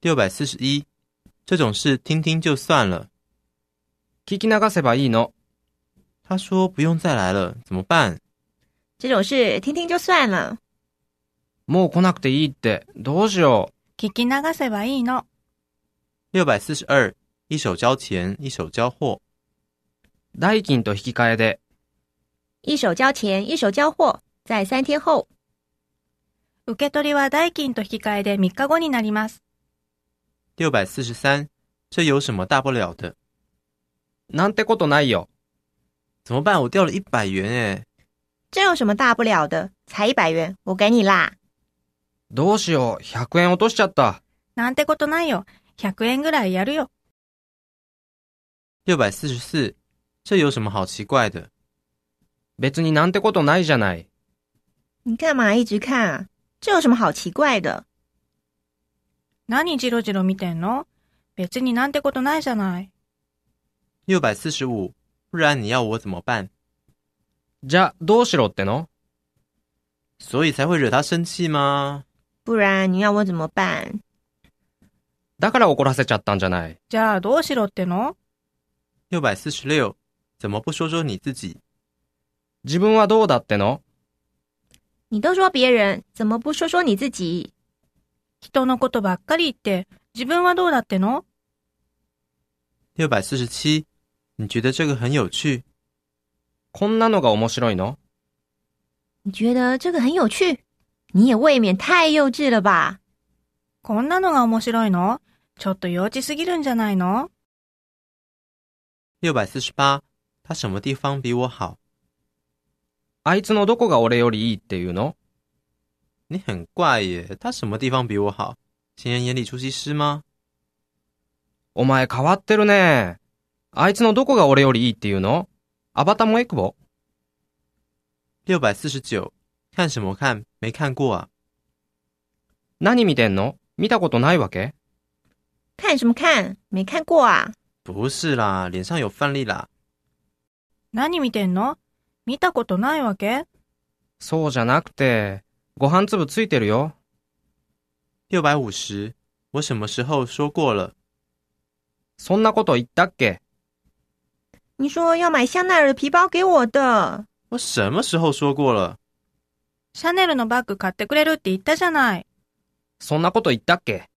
六百四十一，这种事听听就算了。聞き流せばいいの。他说不用再来了，怎么办？这种事听听就算了。もう来なくていいって、どうしよ聞き流せばいいの。六百四十二，一手交钱，一手交货。う。代金と引き換えで、一手交钱，一手交货，在三天后。受け取りは代金と引き換えで3日後になります。六百四十三，这有什么大不了的？なんてことないよ。怎么办？我掉了一百元诶，这有什么大不了的？才一百元，我给你啦。どうしよう、100円落としちゃった。なんてことないよ。100円ぐらいやるよ。六百四十四，这有什么好奇怪的？別になんてことないじゃない。你干嘛一直看啊？这有什么好奇怪的？何ジロジロ見てんの別になんてことないじゃない。六百四十五，不然你要我怎么办？じゃ、どうしろっての所以才会惹他生气吗？不然你要我怎么办？だから怒らせちゃったんじゃない。じゃあどうしろっての六百四十六，怎么不说说你自己？自分はどうだっての你都说别人，怎么不说说你自己？人のことばっかり言って、自分はどうだっての六百四十七，你觉得这个很有趣？こんなのが面白いの你觉得这个很有趣？你也未免太幼稚了吧？こんなのが面白いのちょっと幼稚すぎるんじゃないの六百四十八，他什么地方比我好？あいつのどこが俺よりいいっていうの你很怪耶，他什么地方比我好？情人眼里出西施吗？お前変わってるね。あいつのどこが俺よりいいっていうのアバタモエクボ六百四十九，看什么看？没看过啊！何見てんの見たことないわけ看什么看？没看过啊！不是啦，脸上有范例啦。何見てんの見たことないわけそうじゃなくて、ご飯粒ついてるよ。六百五十，我什么时候说过了？そんなこと言ったっけ你说要买香奈儿的皮包给我的，我什么时候说过了？シャネルのバッグ買ってくれるって言ったじゃない。そんなこと言ったっけ